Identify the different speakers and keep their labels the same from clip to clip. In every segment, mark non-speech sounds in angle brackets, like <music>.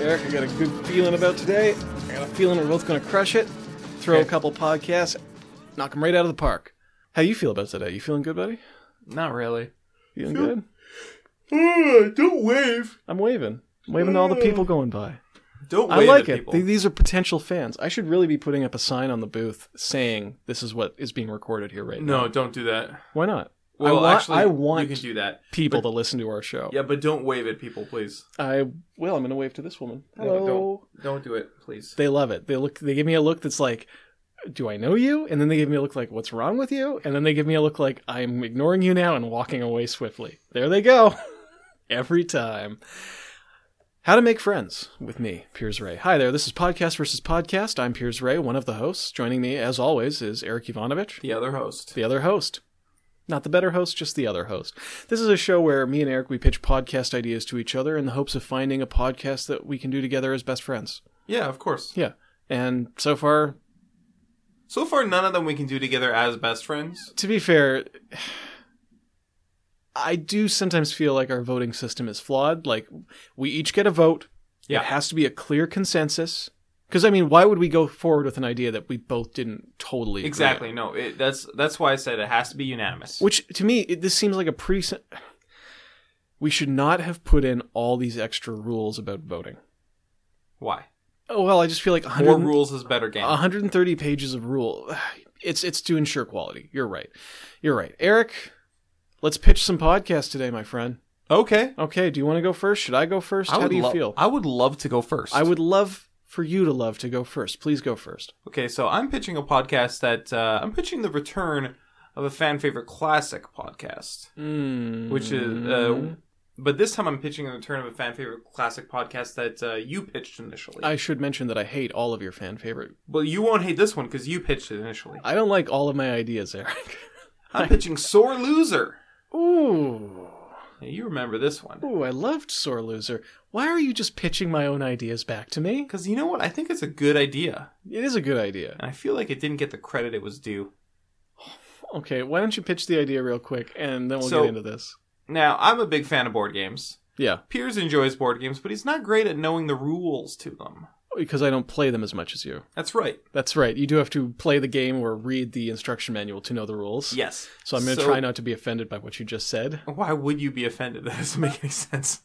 Speaker 1: Eric, I got a good feeling about today. I got a feeling we're both going to crush it. Throw a
Speaker 2: Okay.
Speaker 1: couple podcasts, knock them right out of the park. How you feel about today? You feeling good, buddy?
Speaker 2: Not really.
Speaker 1: Feeling good?
Speaker 2: Uh, don't wave.
Speaker 1: I'm waving. I'm waving to all the people going by.
Speaker 2: Don't
Speaker 1: I
Speaker 2: wave
Speaker 1: like
Speaker 2: at
Speaker 1: it.
Speaker 2: people.
Speaker 1: Th- These are potential fans. I should really be putting up a sign on the booth saying this is what is being recorded here right now.
Speaker 2: no, don't do that.
Speaker 1: Why not?
Speaker 2: Well,
Speaker 1: I, wa-
Speaker 2: actually,
Speaker 1: I
Speaker 2: you
Speaker 1: want
Speaker 2: can do that.
Speaker 1: people to listen to our show.
Speaker 2: Yeah, but don't wave at people, please.
Speaker 1: I will. I'm going to wave to this woman.
Speaker 2: No, don't.
Speaker 1: Hello.
Speaker 2: Don't do it, please.
Speaker 1: They love it. They look. They give me a look that's like, "Do I know you?" And then they give me a look like, "What's wrong with you?" And then they give me a look like, "I'm ignoring you now and walking away swiftly." There they go, <laughs> every time. How to make friends with me, Piers Ray. Hi there. This is Podcast versus Podcast. I'm Piers Ray, one of the hosts. Joining me, as always, is Eric Ivanovich
Speaker 2: The other host.
Speaker 1: the other host. Not the better host, just the other host. This is a show where me and Eric we pitch podcast ideas to each other in the hopes of finding a podcast that we can do together as best friends.
Speaker 2: Yeah, of course.
Speaker 1: Yeah. And so far,
Speaker 2: So far, none of them we can do together as best friends.
Speaker 1: to be fair, I do sometimes feel like our voting system is flawed. Like we each get a vote.
Speaker 2: Yeah.
Speaker 1: It has to be a clear consensus. Because I mean, why would we go forward with an idea that we both didn't totally agree on?
Speaker 2: Exactly. No, it, that's that's why I said it has to be unanimous.
Speaker 1: Which to me, it, this seems like a pretty. sim- We should not have put in all these extra rules about voting.
Speaker 2: Why? Uh,
Speaker 1: Oh well, I just feel like 100,
Speaker 2: More rules is better game.
Speaker 1: 130 pages of rule. <sighs> It's it's to ensure quality. You're right. You're right, Eric. Let's pitch some podcasts today, my friend.
Speaker 2: okay.
Speaker 1: Okay, do you want to go first? Should I go first? How do you
Speaker 2: lo-
Speaker 1: feel?
Speaker 2: I would love to go first.
Speaker 1: I would love for you to love to go first. Please go first.
Speaker 2: Okay, so I'm pitching a podcast that uh, I'm pitching the return of a fan favorite classic podcast, Hmm. which is,
Speaker 1: Mm-hmm.
Speaker 2: uh, but this time I'm pitching the return of a fan favorite classic podcast that uh, you pitched initially.
Speaker 1: I should mention that I hate all of your fan favorite.
Speaker 2: well, you won't hate this one because you pitched it initially.
Speaker 1: I don't like all of my ideas, Eric. <laughs>
Speaker 2: I'm pitching Sore Loser.
Speaker 1: Ooh.
Speaker 2: Now, you remember this one
Speaker 1: Ooh, I loved Sore Loser. Why are you just pitching my own ideas back to me?
Speaker 2: because you know what? I think it's a good idea,
Speaker 1: It is a good idea.
Speaker 2: and I feel like it didn't get the credit it was due.
Speaker 1: Okay, why don't you pitch the idea real quick and then we'll
Speaker 2: So-
Speaker 1: get into this.
Speaker 2: Now, I'm a big fan of board games.
Speaker 1: Yeah,
Speaker 2: Piers enjoys board games, but he's not great at knowing the rules to them.
Speaker 1: because I don't play them as much as you.
Speaker 2: That's right.
Speaker 1: That's right. You do have to play the game or read the instruction manual to know the rules.
Speaker 2: Yes.
Speaker 1: So I'm going to try not to be offended by what you just said.
Speaker 2: Why would you be offended? <laughs> That doesn't make any sense.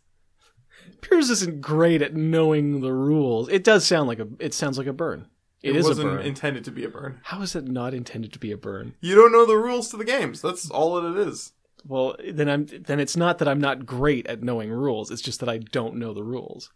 Speaker 1: Piers isn't great at knowing the rules. It does sound like a it sounds like a burn. it is a
Speaker 2: wasn't
Speaker 1: burn.
Speaker 2: intended to be a burn.
Speaker 1: How is it not intended to be a burn?
Speaker 2: You don't know the rules to the games. That's all that it is.
Speaker 1: Well, then I'm then it's not that I'm not great at knowing rules. It's just that I don't know the rules.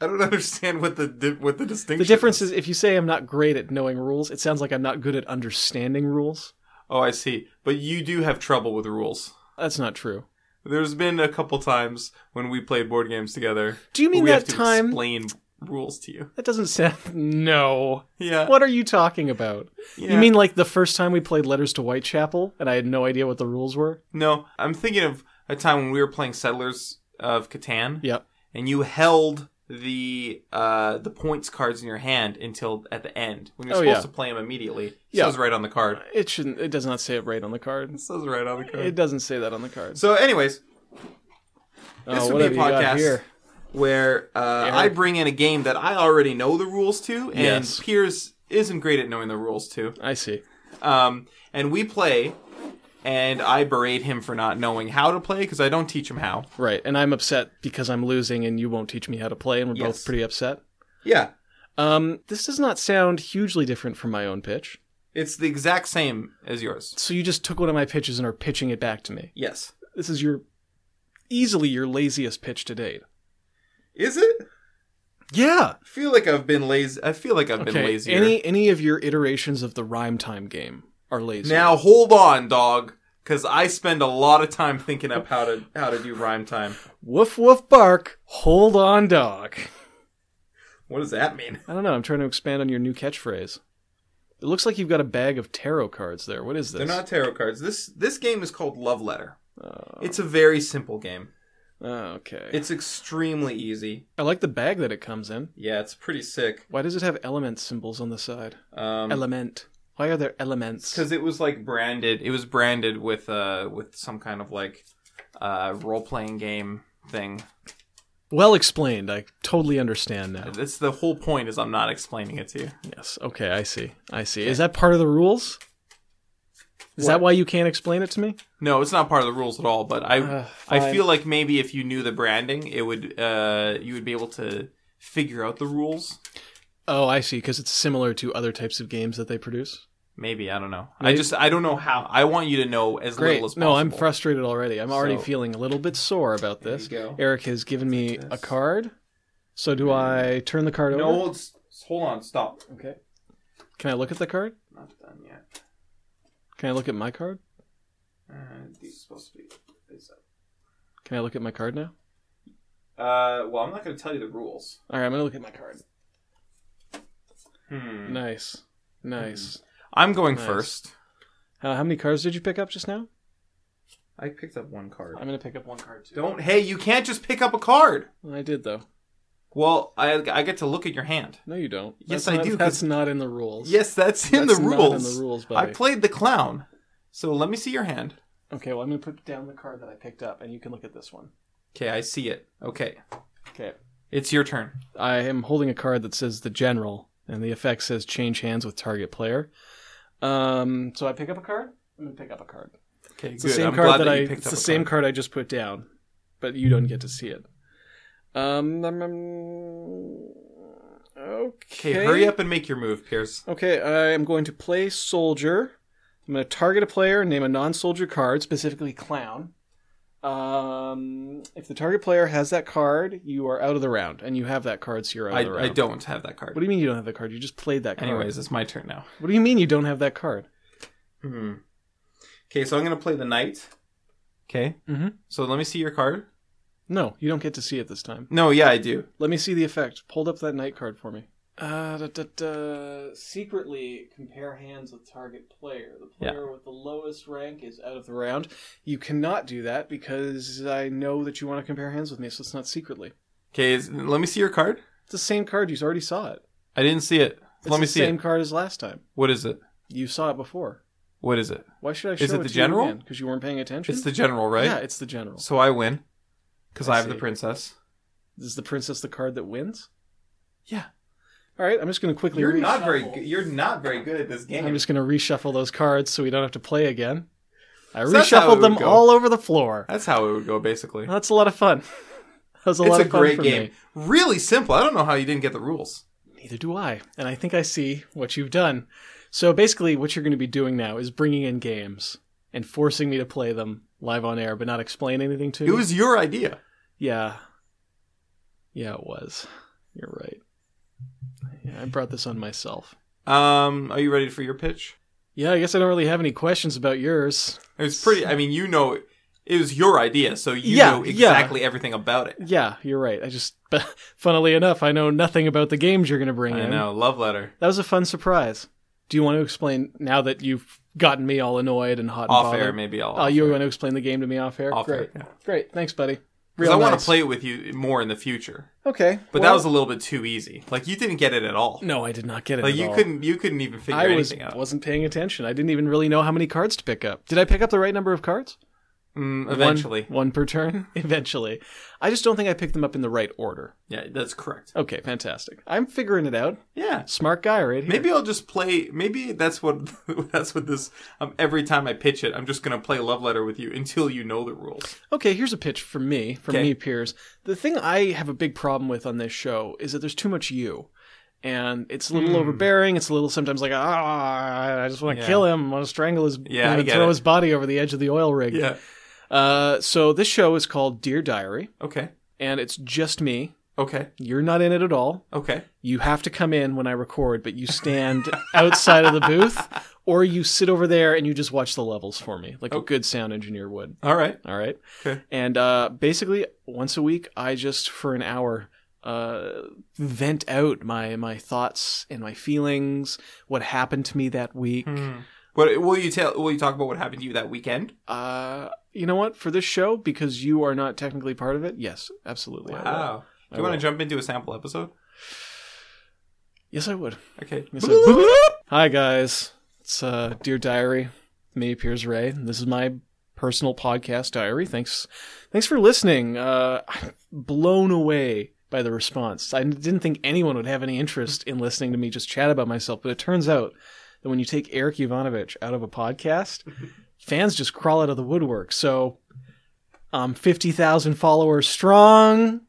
Speaker 2: I don't <laughs> understand what the di- what the distinction.
Speaker 1: The difference is if you say I'm not great at knowing rules, it sounds like I'm not good at understanding rules.
Speaker 2: Oh, I see. But you do have trouble with rules.
Speaker 1: That's not true.
Speaker 2: There's been a couple times when we played board games together.
Speaker 1: Do you mean
Speaker 2: we have
Speaker 1: that
Speaker 2: to
Speaker 1: time?
Speaker 2: explain rules to you? <laughs>
Speaker 1: That doesn't sound. No.
Speaker 2: Yeah.
Speaker 1: What are you talking about?
Speaker 2: yeah.
Speaker 1: You mean like the first time we played Letters to Whitechapel and I had no idea what the rules were?
Speaker 2: no? I'm thinking of a time when we were playing Settlers of Catan,
Speaker 1: Yep.
Speaker 2: and you held the uh the points cards in your hand until at the end when you're
Speaker 1: Oh,
Speaker 2: supposed
Speaker 1: yeah.
Speaker 2: to play them immediately. It
Speaker 1: Yeah.
Speaker 2: says right on the card.
Speaker 1: It shouldn't. It does not say it right on the card.
Speaker 2: It says right on the card.
Speaker 1: It doesn't say that on the card.
Speaker 2: Uh, So, anyways,
Speaker 1: oh,
Speaker 2: this
Speaker 1: what
Speaker 2: would
Speaker 1: have
Speaker 2: be
Speaker 1: you
Speaker 2: a
Speaker 1: got
Speaker 2: podcast
Speaker 1: here?
Speaker 2: where uh, I bring in a game that I already know the rules to, and
Speaker 1: Yes.
Speaker 2: Piers isn't great at knowing the rules to.
Speaker 1: I see.
Speaker 2: Um, and we play, and I berate him for not knowing how to play because I don't teach him how.
Speaker 1: Right, and I'm upset because I'm losing, and you won't teach me how to play, and we're both
Speaker 2: Yes.
Speaker 1: pretty upset.
Speaker 2: Yeah,
Speaker 1: Um, this does not sound hugely different from my own pitch.
Speaker 2: it's the exact same as yours.
Speaker 1: So you just took one of my pitches and are pitching it back to me.
Speaker 2: Yes,
Speaker 1: This is your easily your laziest pitch to date.
Speaker 2: is it?
Speaker 1: Yeah.
Speaker 2: I feel like I've been lazy. I feel like I've been
Speaker 1: Okay.
Speaker 2: lazy.
Speaker 1: Any any of your iterations of the rhyme time game are lazy.
Speaker 2: now hold on, dog, because I spend a lot of time thinking up how to how to do rhyme time.
Speaker 1: woof woof bark. Hold on, dog.
Speaker 2: What does that mean?
Speaker 1: I don't know. I'm trying to expand on your new catchphrase. It looks like you've got a bag of tarot cards there. What is this?
Speaker 2: They're not tarot cards. This this game is called Love Letter.
Speaker 1: Uh,
Speaker 2: It's a very simple game.
Speaker 1: Oh, okay.
Speaker 2: It's extremely easy.
Speaker 1: I like the bag that it comes in.
Speaker 2: Yeah, it's pretty sick.
Speaker 1: Why does it have element symbols on the side?
Speaker 2: Um
Speaker 1: Element. Why are there elements?
Speaker 2: because it was like branded. It was branded with uh with some kind of like uh role playing game thing.
Speaker 1: Well explained. I totally understand now.
Speaker 2: That's the whole point. Is I'm not explaining it to you.
Speaker 1: Yes. Okay, I see. I see. Is that part of the rules? Is that why you can't explain it to me?
Speaker 2: No, it's not part of the rules at all. But I,
Speaker 1: Uh,
Speaker 2: I
Speaker 1: fine.
Speaker 2: feel like maybe if you knew the branding, it would, uh, you would be able to figure out the rules.
Speaker 1: Oh, I see. Because it's similar to other types of games that they produce.
Speaker 2: Maybe I don't know. I
Speaker 1: Maybe.
Speaker 2: just I don't know how. I want you to know as
Speaker 1: Great.
Speaker 2: little as possible.
Speaker 1: no, I'm frustrated already. I'm already
Speaker 2: So-
Speaker 1: feeling a little bit sore about
Speaker 2: There you
Speaker 1: this.
Speaker 2: go.
Speaker 1: Eric has given me
Speaker 2: Like
Speaker 1: a
Speaker 2: this.
Speaker 1: card. So do I turn the card
Speaker 2: No,
Speaker 1: over?
Speaker 2: hold, hold on. Stop.
Speaker 1: Okay. Can I look at the card?
Speaker 2: Not done yet.
Speaker 1: Can I look at my card?
Speaker 2: Uh, these are supposed to be. these are-
Speaker 1: Can I look at my card now?
Speaker 2: Uh, well, I'm not going to tell you the rules.
Speaker 1: All right, I'm gonna look at my card.
Speaker 2: Hmm.
Speaker 1: Nice, nice.
Speaker 2: I'm going
Speaker 1: Nice.
Speaker 2: first. Mm-hmm.
Speaker 1: Uh, how many cards did you pick up just now?
Speaker 2: I picked up one card.
Speaker 1: I'm gonna pick up one card too.
Speaker 2: Don't. Hey, you can't just pick up a card.
Speaker 1: I did though.
Speaker 2: Well, I I get to look at your hand.
Speaker 1: No, you don't.
Speaker 2: Yes,
Speaker 1: That's
Speaker 2: I
Speaker 1: not-
Speaker 2: do, 'cause-
Speaker 1: That's not in the rules.
Speaker 2: Yes, that's in
Speaker 1: That's
Speaker 2: the
Speaker 1: not
Speaker 2: rules.
Speaker 1: in the rules,
Speaker 2: I
Speaker 1: buddy.
Speaker 2: played the clown. So let me see your hand.
Speaker 1: okay, well, I'm gonna put down the card that I picked up, and you can look at this one.
Speaker 2: Okay, I see it. Okay,
Speaker 1: Okay.
Speaker 2: it's your turn.
Speaker 1: I am holding a card that says the general, and the effect says change hands with target player. Um, so I pick up a card. I'm gonna pick up a card.
Speaker 2: Okay,
Speaker 1: It's
Speaker 2: good.
Speaker 1: the same
Speaker 2: I'm glad
Speaker 1: card that, I.
Speaker 2: you picked
Speaker 1: It's
Speaker 2: up
Speaker 1: the
Speaker 2: a
Speaker 1: same
Speaker 2: card.
Speaker 1: card. I just put down, but you don't get to see it. Um. um, um, okay.
Speaker 2: Okay, hurry up and make your move, Pierce.
Speaker 1: Okay, I am going to play soldier. I'm going to target a player, name a non-soldier card, specifically clown. Um, if the target player has that card, you are out of the round, and you have that card, so you're out
Speaker 2: I,
Speaker 1: of the round.
Speaker 2: I don't have that card.
Speaker 1: What do you mean you don't have that card? You just played that card.
Speaker 2: Anyways, it's my turn now.
Speaker 1: what do you mean you don't have that card?
Speaker 2: Hmm. Okay, so I'm gonna play the knight. Okay.
Speaker 1: Mhm.
Speaker 2: So let me see your card.
Speaker 1: No, you don't get to see it this time.
Speaker 2: No, yeah, I do.
Speaker 1: Let me see the effect. Pulled up that knight card for me. Uh, da, da, da. Secretly compare hands with target player. The player with the lowest rank is out of the round. You cannot do that because I know that you want to compare hands with me, so it's not secretly.
Speaker 2: Okay, is, let me see your card.
Speaker 1: It's the same card. You already saw it.
Speaker 2: I didn't see it.
Speaker 1: It's
Speaker 2: let me
Speaker 1: the
Speaker 2: see
Speaker 1: same
Speaker 2: it.
Speaker 1: card as last time.
Speaker 2: What is it?
Speaker 1: You saw it before.
Speaker 2: What is it?
Speaker 1: Why should I show
Speaker 2: Is it the
Speaker 1: to
Speaker 2: general?
Speaker 1: you Because you weren't paying attention.
Speaker 2: It's the general, right?
Speaker 1: Yeah, it's the general.
Speaker 2: So I win because
Speaker 1: I
Speaker 2: I, have the
Speaker 1: see.
Speaker 2: princess.
Speaker 1: Is the princess the card that wins?
Speaker 2: Yeah.
Speaker 1: All right, I'm just going to quickly.
Speaker 2: You're
Speaker 1: reshuffle.
Speaker 2: not very. Good. You're not very good at this game.
Speaker 1: I'm just going to reshuffle those cards so we don't have to play again. I
Speaker 2: So that's how it
Speaker 1: reshuffled them
Speaker 2: would go.
Speaker 1: all over the floor.
Speaker 2: That's how it would go, basically.
Speaker 1: That's a lot of fun. <laughs> That was a
Speaker 2: it's
Speaker 1: lot
Speaker 2: a
Speaker 1: of fun
Speaker 2: great
Speaker 1: for
Speaker 2: game.
Speaker 1: me.
Speaker 2: Really simple. I don't know how you didn't get the rules.
Speaker 1: Neither do I. And I think I see what you've done. So basically, what you're going to be doing now is bringing in games and forcing me to play them live on air, but not explain anything to
Speaker 2: It
Speaker 1: me.
Speaker 2: was your idea.
Speaker 1: Yeah. Yeah, it was. You're right. Yeah, I brought this on myself.
Speaker 2: Um, are you ready for your pitch?
Speaker 1: Yeah, I guess I don't really have any questions about yours.
Speaker 2: It was pretty. I mean, you know, it was your idea, so you
Speaker 1: Yeah,
Speaker 2: know
Speaker 1: yeah.
Speaker 2: exactly everything about it.
Speaker 1: Yeah, you're right. I just, <laughs> funnily enough, I know nothing about the games you're going to bring
Speaker 2: I
Speaker 1: in.
Speaker 2: know. Love letter.
Speaker 1: That was a fun surprise. Do you want to explain now that you've gotten me all annoyed and hot
Speaker 2: Off
Speaker 1: and
Speaker 2: air,
Speaker 1: bothered?
Speaker 2: maybe I'll.
Speaker 1: Oh, you were going to explain the game to me off air.
Speaker 2: off
Speaker 1: Great,
Speaker 2: air. Yeah.
Speaker 1: great. Thanks, buddy.
Speaker 2: 'Cause I want
Speaker 1: nice.
Speaker 2: to play it with you more in the future,
Speaker 1: Okay,
Speaker 2: but
Speaker 1: well-
Speaker 2: that was a little bit too easy. Like you didn't get it at all.
Speaker 1: no, I did not get it.
Speaker 2: Like
Speaker 1: at
Speaker 2: you
Speaker 1: all.
Speaker 2: couldn't. You couldn't even figure
Speaker 1: I was
Speaker 2: anything out.
Speaker 1: wasn't paying attention. I didn't even really know how many cards to pick up. Did I pick up the right number of cards?
Speaker 2: Mm,
Speaker 1: One-
Speaker 2: eventually,
Speaker 1: <laughs> one, per turn. eventually, I just don't think I picked them up in the right order.
Speaker 2: yeah, that's correct.
Speaker 1: Okay, fantastic. I'm figuring it out.
Speaker 2: Yeah.
Speaker 1: Smart guy, right here.
Speaker 2: Maybe I'll just play. Maybe that's what <laughs> that's what this. Um, every time I pitch it, I'm just gonna play love letter with you until you know the rules.
Speaker 1: Okay, here's a pitch from me, from
Speaker 2: Okay.
Speaker 1: me, Piers. The thing I have a big problem with on this show is that there's too much you. And it's a little
Speaker 2: Hmm.
Speaker 1: overbearing. It's a little sometimes like, ah, I just want to
Speaker 2: Yeah.
Speaker 1: kill him. I want to strangle his,
Speaker 2: Yeah, I
Speaker 1: and
Speaker 2: get
Speaker 1: throw
Speaker 2: it.
Speaker 1: his body over the edge of the oil rig.
Speaker 2: Yeah.
Speaker 1: Uh, so this show is called Dear Diary,
Speaker 2: Okay.
Speaker 1: and it's just me.
Speaker 2: Okay.
Speaker 1: You're not in it at all.
Speaker 2: Okay.
Speaker 1: You have to come in when I record, but you
Speaker 2: <laughs>
Speaker 1: stand outside of the booth, or you sit over there and you just watch the levels for me, like a
Speaker 2: Oh.
Speaker 1: good sound engineer would.
Speaker 2: All right.
Speaker 1: All right.
Speaker 2: Okay.
Speaker 1: And uh, basically, once a week, I just for an hour uh, vent out my my thoughts and my feelings, what happened to me that week.
Speaker 2: Hmm. What will you tell? Will you talk about what happened to you that weekend?
Speaker 1: Uh, you know what? For this show, because you are not technically part of it, yes, absolutely. I will.
Speaker 2: Wow.
Speaker 1: I
Speaker 2: Do you want
Speaker 1: will.
Speaker 2: to jump into a sample episode?
Speaker 1: Yes, I would.
Speaker 2: Okay.
Speaker 1: Yes, I- Hi guys, it's uh, dear diary, me Piers Ray. This is my personal podcast diary. Thanks, thanks for listening. Uh, I'm blown away by the response. I didn't think anyone would have any interest in listening to me just chat about myself, but it turns out that when you take Eric Ivanovich out of a podcast, fans just crawl out of the woodwork. So I'm 50,000 followers strong,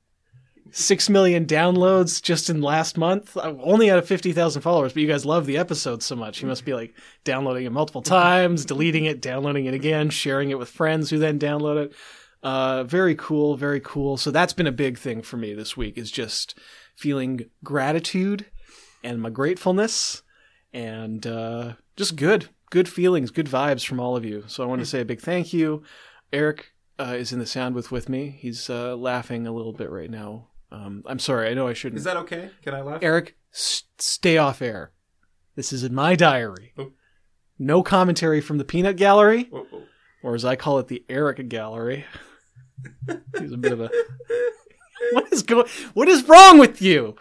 Speaker 1: 6 million downloads just in last month. I'm only out of 50,000 followers, but you guys love the episode so much. You must be like downloading it multiple times, deleting it, downloading it again, sharing it with friends who then download it. Uh, very cool, very cool. So that's been a big thing for me this week is just feeling gratitude and my gratefulness and uh, just good, good feelings, good vibes from all of you. So I want to say a big thank you. Eric uh, is in the sound with with me. He's uh, laughing a little bit right now. Um, I'm sorry. I know I shouldn't.
Speaker 2: <laughs> Is that okay? Can I laugh?
Speaker 1: Eric, s- stay off air. This is in my diary.
Speaker 2: Oh.
Speaker 1: No commentary from the peanut gallery,
Speaker 2: Whoa,
Speaker 1: <laughs>
Speaker 2: whoa.
Speaker 1: or as I call it, the Eric
Speaker 2: <laughs>
Speaker 1: gallery. He's a bit of a. What is going? What is wrong with you?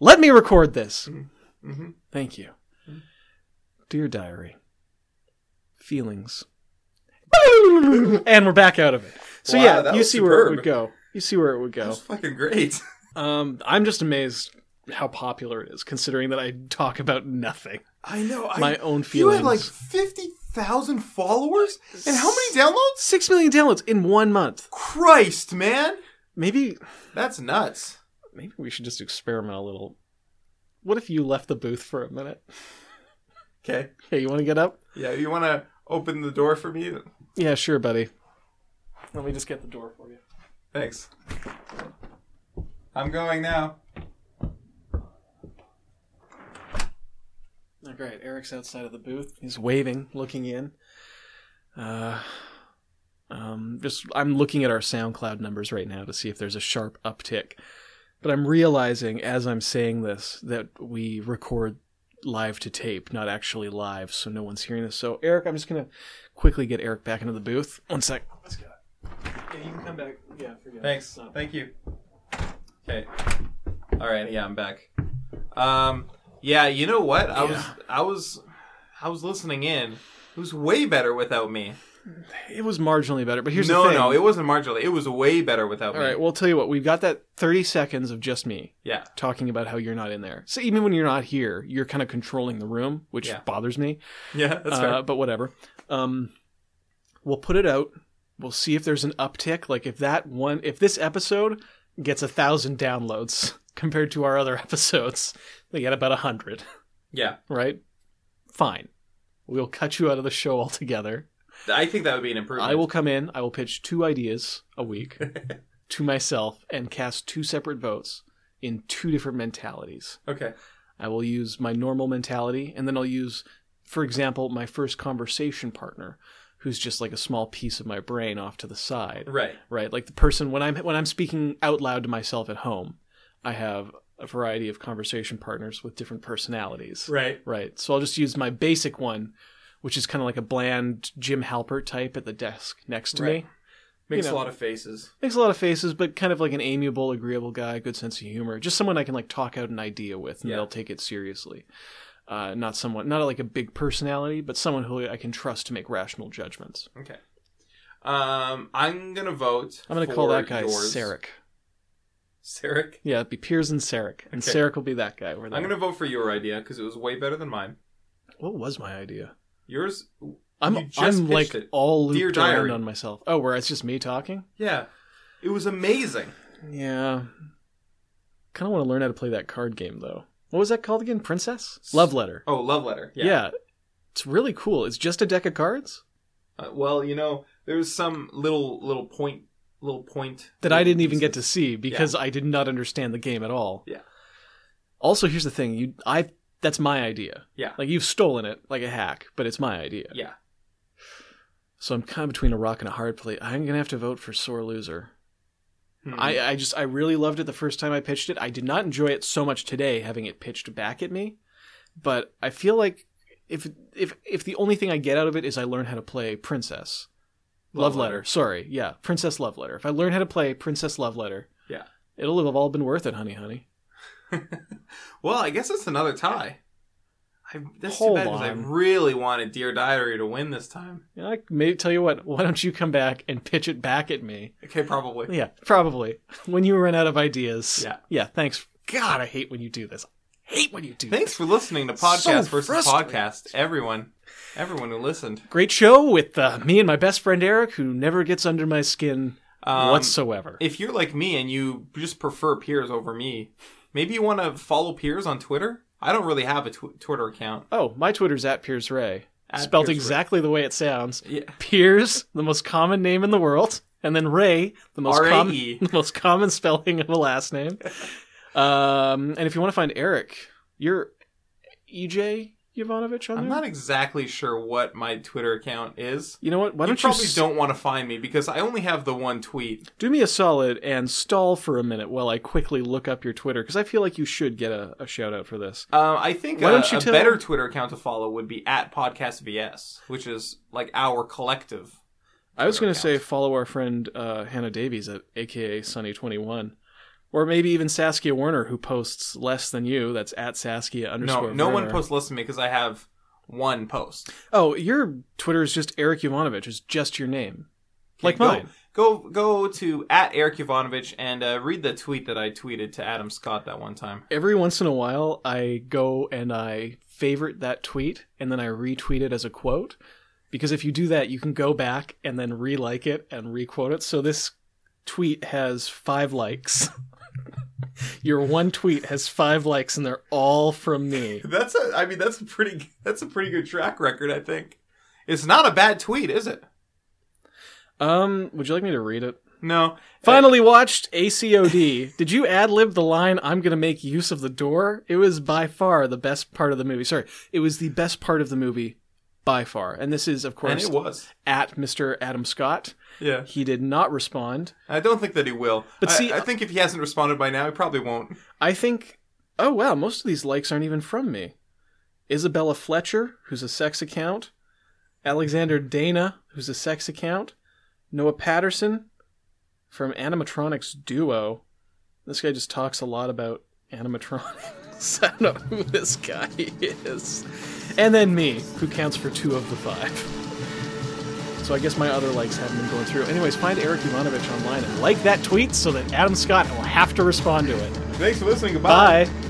Speaker 1: Let me record this.
Speaker 2: Mhm.
Speaker 1: Thank you. Dear diary, feelings. and we're back out of it. So
Speaker 2: Wow,
Speaker 1: yeah,
Speaker 2: that
Speaker 1: you
Speaker 2: was
Speaker 1: see where it
Speaker 2: superb.
Speaker 1: would go. You see where it would
Speaker 2: That
Speaker 1: go.
Speaker 2: was fucking great.
Speaker 1: Um, I'm just amazed how popular it is, considering that I talk about nothing.
Speaker 2: I know. I,
Speaker 1: My own
Speaker 2: you
Speaker 1: feelings.
Speaker 2: had like fifty thousand followers, and how many downloads?
Speaker 1: six million downloads in one month.
Speaker 2: Christ, man,
Speaker 1: Maybe,
Speaker 2: that's nuts.
Speaker 1: maybe we should just experiment a little. What if you left the booth for a minute?
Speaker 2: Okay.
Speaker 1: Hey, you want to get up?
Speaker 2: Yeah, you want to open the door for me?
Speaker 1: Yeah, sure, buddy. Let me just get the door for you.
Speaker 2: Thanks. I'm going now.
Speaker 1: All right, Eric's outside of the booth. He's waving, looking in. Uh, um, just I'm looking at our SoundCloud numbers right now to see if there's a sharp uptick. But I'm realizing as I'm saying this that we record live to tape, not actually live, so no one's hearing this. So Eric, I'm just gonna quickly get Eric back into the booth. One sec. Let's go. Yeah, you can come back. Yeah, forget.
Speaker 2: Thanks. Thank you. Okay. All right. Yeah, I'm back. Um. Yeah. You know what? I was.
Speaker 1: Yeah.
Speaker 2: I was. I was listening in. It was way better without me.
Speaker 1: It was marginally better, but here's
Speaker 2: no,
Speaker 1: the thing.
Speaker 2: no, it wasn't marginally. It was way better without
Speaker 1: All
Speaker 2: me.
Speaker 1: right, well, I'll tell you what. We've got that 30 seconds of just me.
Speaker 2: yeah.
Speaker 1: talking about how you're not in there. So even when you're not here, you're kind of controlling the room, which
Speaker 2: Yeah.
Speaker 1: bothers me.
Speaker 2: Yeah. That's
Speaker 1: Uh, but whatever. Um, we'll put it out. We'll see if there's an uptick. Like if that one, if this episode gets a thousand downloads <laughs> compared to our other episodes, they get about a hundred,
Speaker 2: Yeah.
Speaker 1: right? Fine. We'll cut you out of the show altogether.
Speaker 2: I think that would be an improvement.
Speaker 1: I will come in. I will pitch two ideas a
Speaker 2: <laughs>
Speaker 1: week to myself and cast two separate votes in two different mentalities.
Speaker 2: Okay.
Speaker 1: I will use my normal mentality, and then I'll use, for example, my first conversation partner, who's just like a small piece of my brain off to the side,
Speaker 2: Right.
Speaker 1: right? Like the person when I'm when I'm speaking out loud to myself at home, I have a variety of conversation partners with different personalities,
Speaker 2: Right.
Speaker 1: right? So I'll just use my basic one, which is kind of like a bland Jim Halpert type at the desk next to
Speaker 2: Right.
Speaker 1: me.
Speaker 2: Makes
Speaker 1: You
Speaker 2: a
Speaker 1: know.
Speaker 2: lot of faces.
Speaker 1: Makes a lot of faces, but kind of like an amiable, agreeable guy, good sense of humor. Just someone I can like talk out an idea with, and
Speaker 2: Yeah.
Speaker 1: they'll take it seriously. Uh, not someone, not like a big personality, but someone who I can trust to make rational judgments.
Speaker 2: Okay. Um, I'm gonna vote.
Speaker 1: I'm going to
Speaker 2: for
Speaker 1: call that guy
Speaker 2: yours.
Speaker 1: Sarek.
Speaker 2: Sarek.
Speaker 1: Yeah, it'd be Piers and Sarek, and
Speaker 2: Okay.
Speaker 1: Sarek will be that guy. We're
Speaker 2: I'm
Speaker 1: like,
Speaker 2: gonna vote for your idea because it was way better than mine.
Speaker 1: What was my idea?
Speaker 2: Yours, You
Speaker 1: I'm
Speaker 2: just
Speaker 1: I'm like
Speaker 2: pitched it.
Speaker 1: all
Speaker 2: Dear
Speaker 1: looped
Speaker 2: Diary.
Speaker 1: around on myself. Oh, where it's just me talking.
Speaker 2: yeah, it was amazing.
Speaker 1: Yeah. Kind of want to learn how to play that card game though. What was that called again? Princess Love Letter.
Speaker 2: Oh, love letter.
Speaker 1: Yeah.
Speaker 2: Yeah.
Speaker 1: It's really cool. It's just a deck of cards
Speaker 2: Uh, well, you know, there was some little little point, little point
Speaker 1: that I didn't even get to see because I did not understand the game at all.
Speaker 2: Yeah.
Speaker 1: Also, here's the thing. You I that's my idea.
Speaker 2: Yeah.
Speaker 1: Like you've stolen it like a hack, but it's my idea.
Speaker 2: Yeah.
Speaker 1: So I'm kind of between a rock and a hard place. I'm going to have to vote for sore loser.
Speaker 2: Hmm.
Speaker 1: I I just I really loved it the first time I pitched it. I did not enjoy it so much today having it pitched back at me, but I feel like if if if the only thing I get out of it is I learn how to play princess love, letter. Sorry, yeah, princess love letter. If I learn how to play princess love letter,
Speaker 2: Yeah.
Speaker 1: it'll have all been worth it, honey, honey.
Speaker 2: Well, I guess it's another tie. I, that's
Speaker 1: Hold
Speaker 2: too bad because I
Speaker 1: on.
Speaker 2: really wanted Dear Diary to win this time.
Speaker 1: You know, I may tell you what. Why don't you come back and pitch it back at me?
Speaker 2: Okay, probably.
Speaker 1: <laughs> Yeah, probably when you run out of ideas.
Speaker 2: Yeah.
Speaker 1: yeah. Thanks. God, I hate when you do this. I hate when you do.
Speaker 2: Thanks for listening to
Speaker 1: So
Speaker 2: Podcast versus
Speaker 1: frustrating.
Speaker 2: Podcast, everyone. Everyone who listened.
Speaker 1: this. Great show with uh, me and my best friend Eric, who never gets under my skin
Speaker 2: Um,
Speaker 1: whatsoever.
Speaker 2: If you're like me and you just prefer Piers over me, maybe you want to follow Piers on Twitter? I don't really have a tw- Twitter account.
Speaker 1: oh, my Twitter's at Piers Ray,
Speaker 2: At
Speaker 1: spelled
Speaker 2: Piers Ray.
Speaker 1: exactly the way it sounds.
Speaker 2: Yeah.
Speaker 1: Piers, the most common name in the world, and then Ray, the most
Speaker 2: R A
Speaker 1: common, <laughs>
Speaker 2: E.
Speaker 1: the most common spelling of a last
Speaker 2: <laughs>
Speaker 1: name. Um, and if you want to find Eric, you're EJ Yovanovich on
Speaker 2: I'm
Speaker 1: there.
Speaker 2: not exactly sure what my Twitter account is.
Speaker 1: you know what? Why
Speaker 2: you
Speaker 1: don't you
Speaker 2: probably
Speaker 1: s-
Speaker 2: don't want to find me because I only have the one tweet.
Speaker 1: do me a solid and stall for a minute while I quickly look up your Twitter because I feel like you should get a, a shout out for this.
Speaker 2: Um, I think
Speaker 1: Why
Speaker 2: a,
Speaker 1: don't you
Speaker 2: a
Speaker 1: tell-
Speaker 2: better Twitter account to follow would be at Podcast VS, which is like our collective.
Speaker 1: I was
Speaker 2: Twitter
Speaker 1: going to say follow our friend uh, Hannah Davies at AKA Sunny21, or maybe even Saskia Werner who posts less than you. That's at Saskia
Speaker 2: No,
Speaker 1: underscore.
Speaker 2: no one
Speaker 1: Werner.
Speaker 2: posts less than me because I have one post.
Speaker 1: Oh, your Twitter is just Eric Yovanovich. It's just your name,
Speaker 2: Okay,
Speaker 1: like
Speaker 2: go-
Speaker 1: mine.
Speaker 2: Go go to at Eric Ivanovich and uh, read the tweet that I tweeted to Adam Scott that one time.
Speaker 1: Every once in a while, I go and I favorite that tweet and then I retweet it as a quote because if you do that, you can go back and then re-like it and re-quote it. So this tweet has five likes. <laughs> your one tweet has five likes, and they're all from me.
Speaker 2: That's a, I mean that's a pretty <laughs> that's a pretty good track record I think. It's not a bad tweet, is it?
Speaker 1: Um, would you like me to read it?
Speaker 2: No.
Speaker 1: Finally watched ACOD. Did you ad lib the line, I'm going to make use of the door? It was by far the best part of the movie. Sorry, it was the best part of the movie by far. And this is, of
Speaker 2: And
Speaker 1: course,
Speaker 2: it was.
Speaker 1: at Mr. Adam Scott.
Speaker 2: Yeah.
Speaker 1: He did not respond.
Speaker 2: I don't think that he will.
Speaker 1: But
Speaker 2: I-
Speaker 1: see- uh
Speaker 2: I, think if he hasn't responded by now, he probably won't.
Speaker 1: I think, oh wow, most of these likes aren't even from me. Isabella Fletcher, who's a sex account, Alexander Dana, who's a sex account, Noah Patterson from Animatronics Duo. This guy just talks a lot about animatronics. <laughs> I don't know who this guy is. And then me, who counts for two of the five. So I guess my other likes haven't been going through. Anyways, find Eric Ivanovich online and like that tweet so that Adam Scott will have to respond to it.
Speaker 2: Thanks for listening. Goodbye.
Speaker 1: Bye.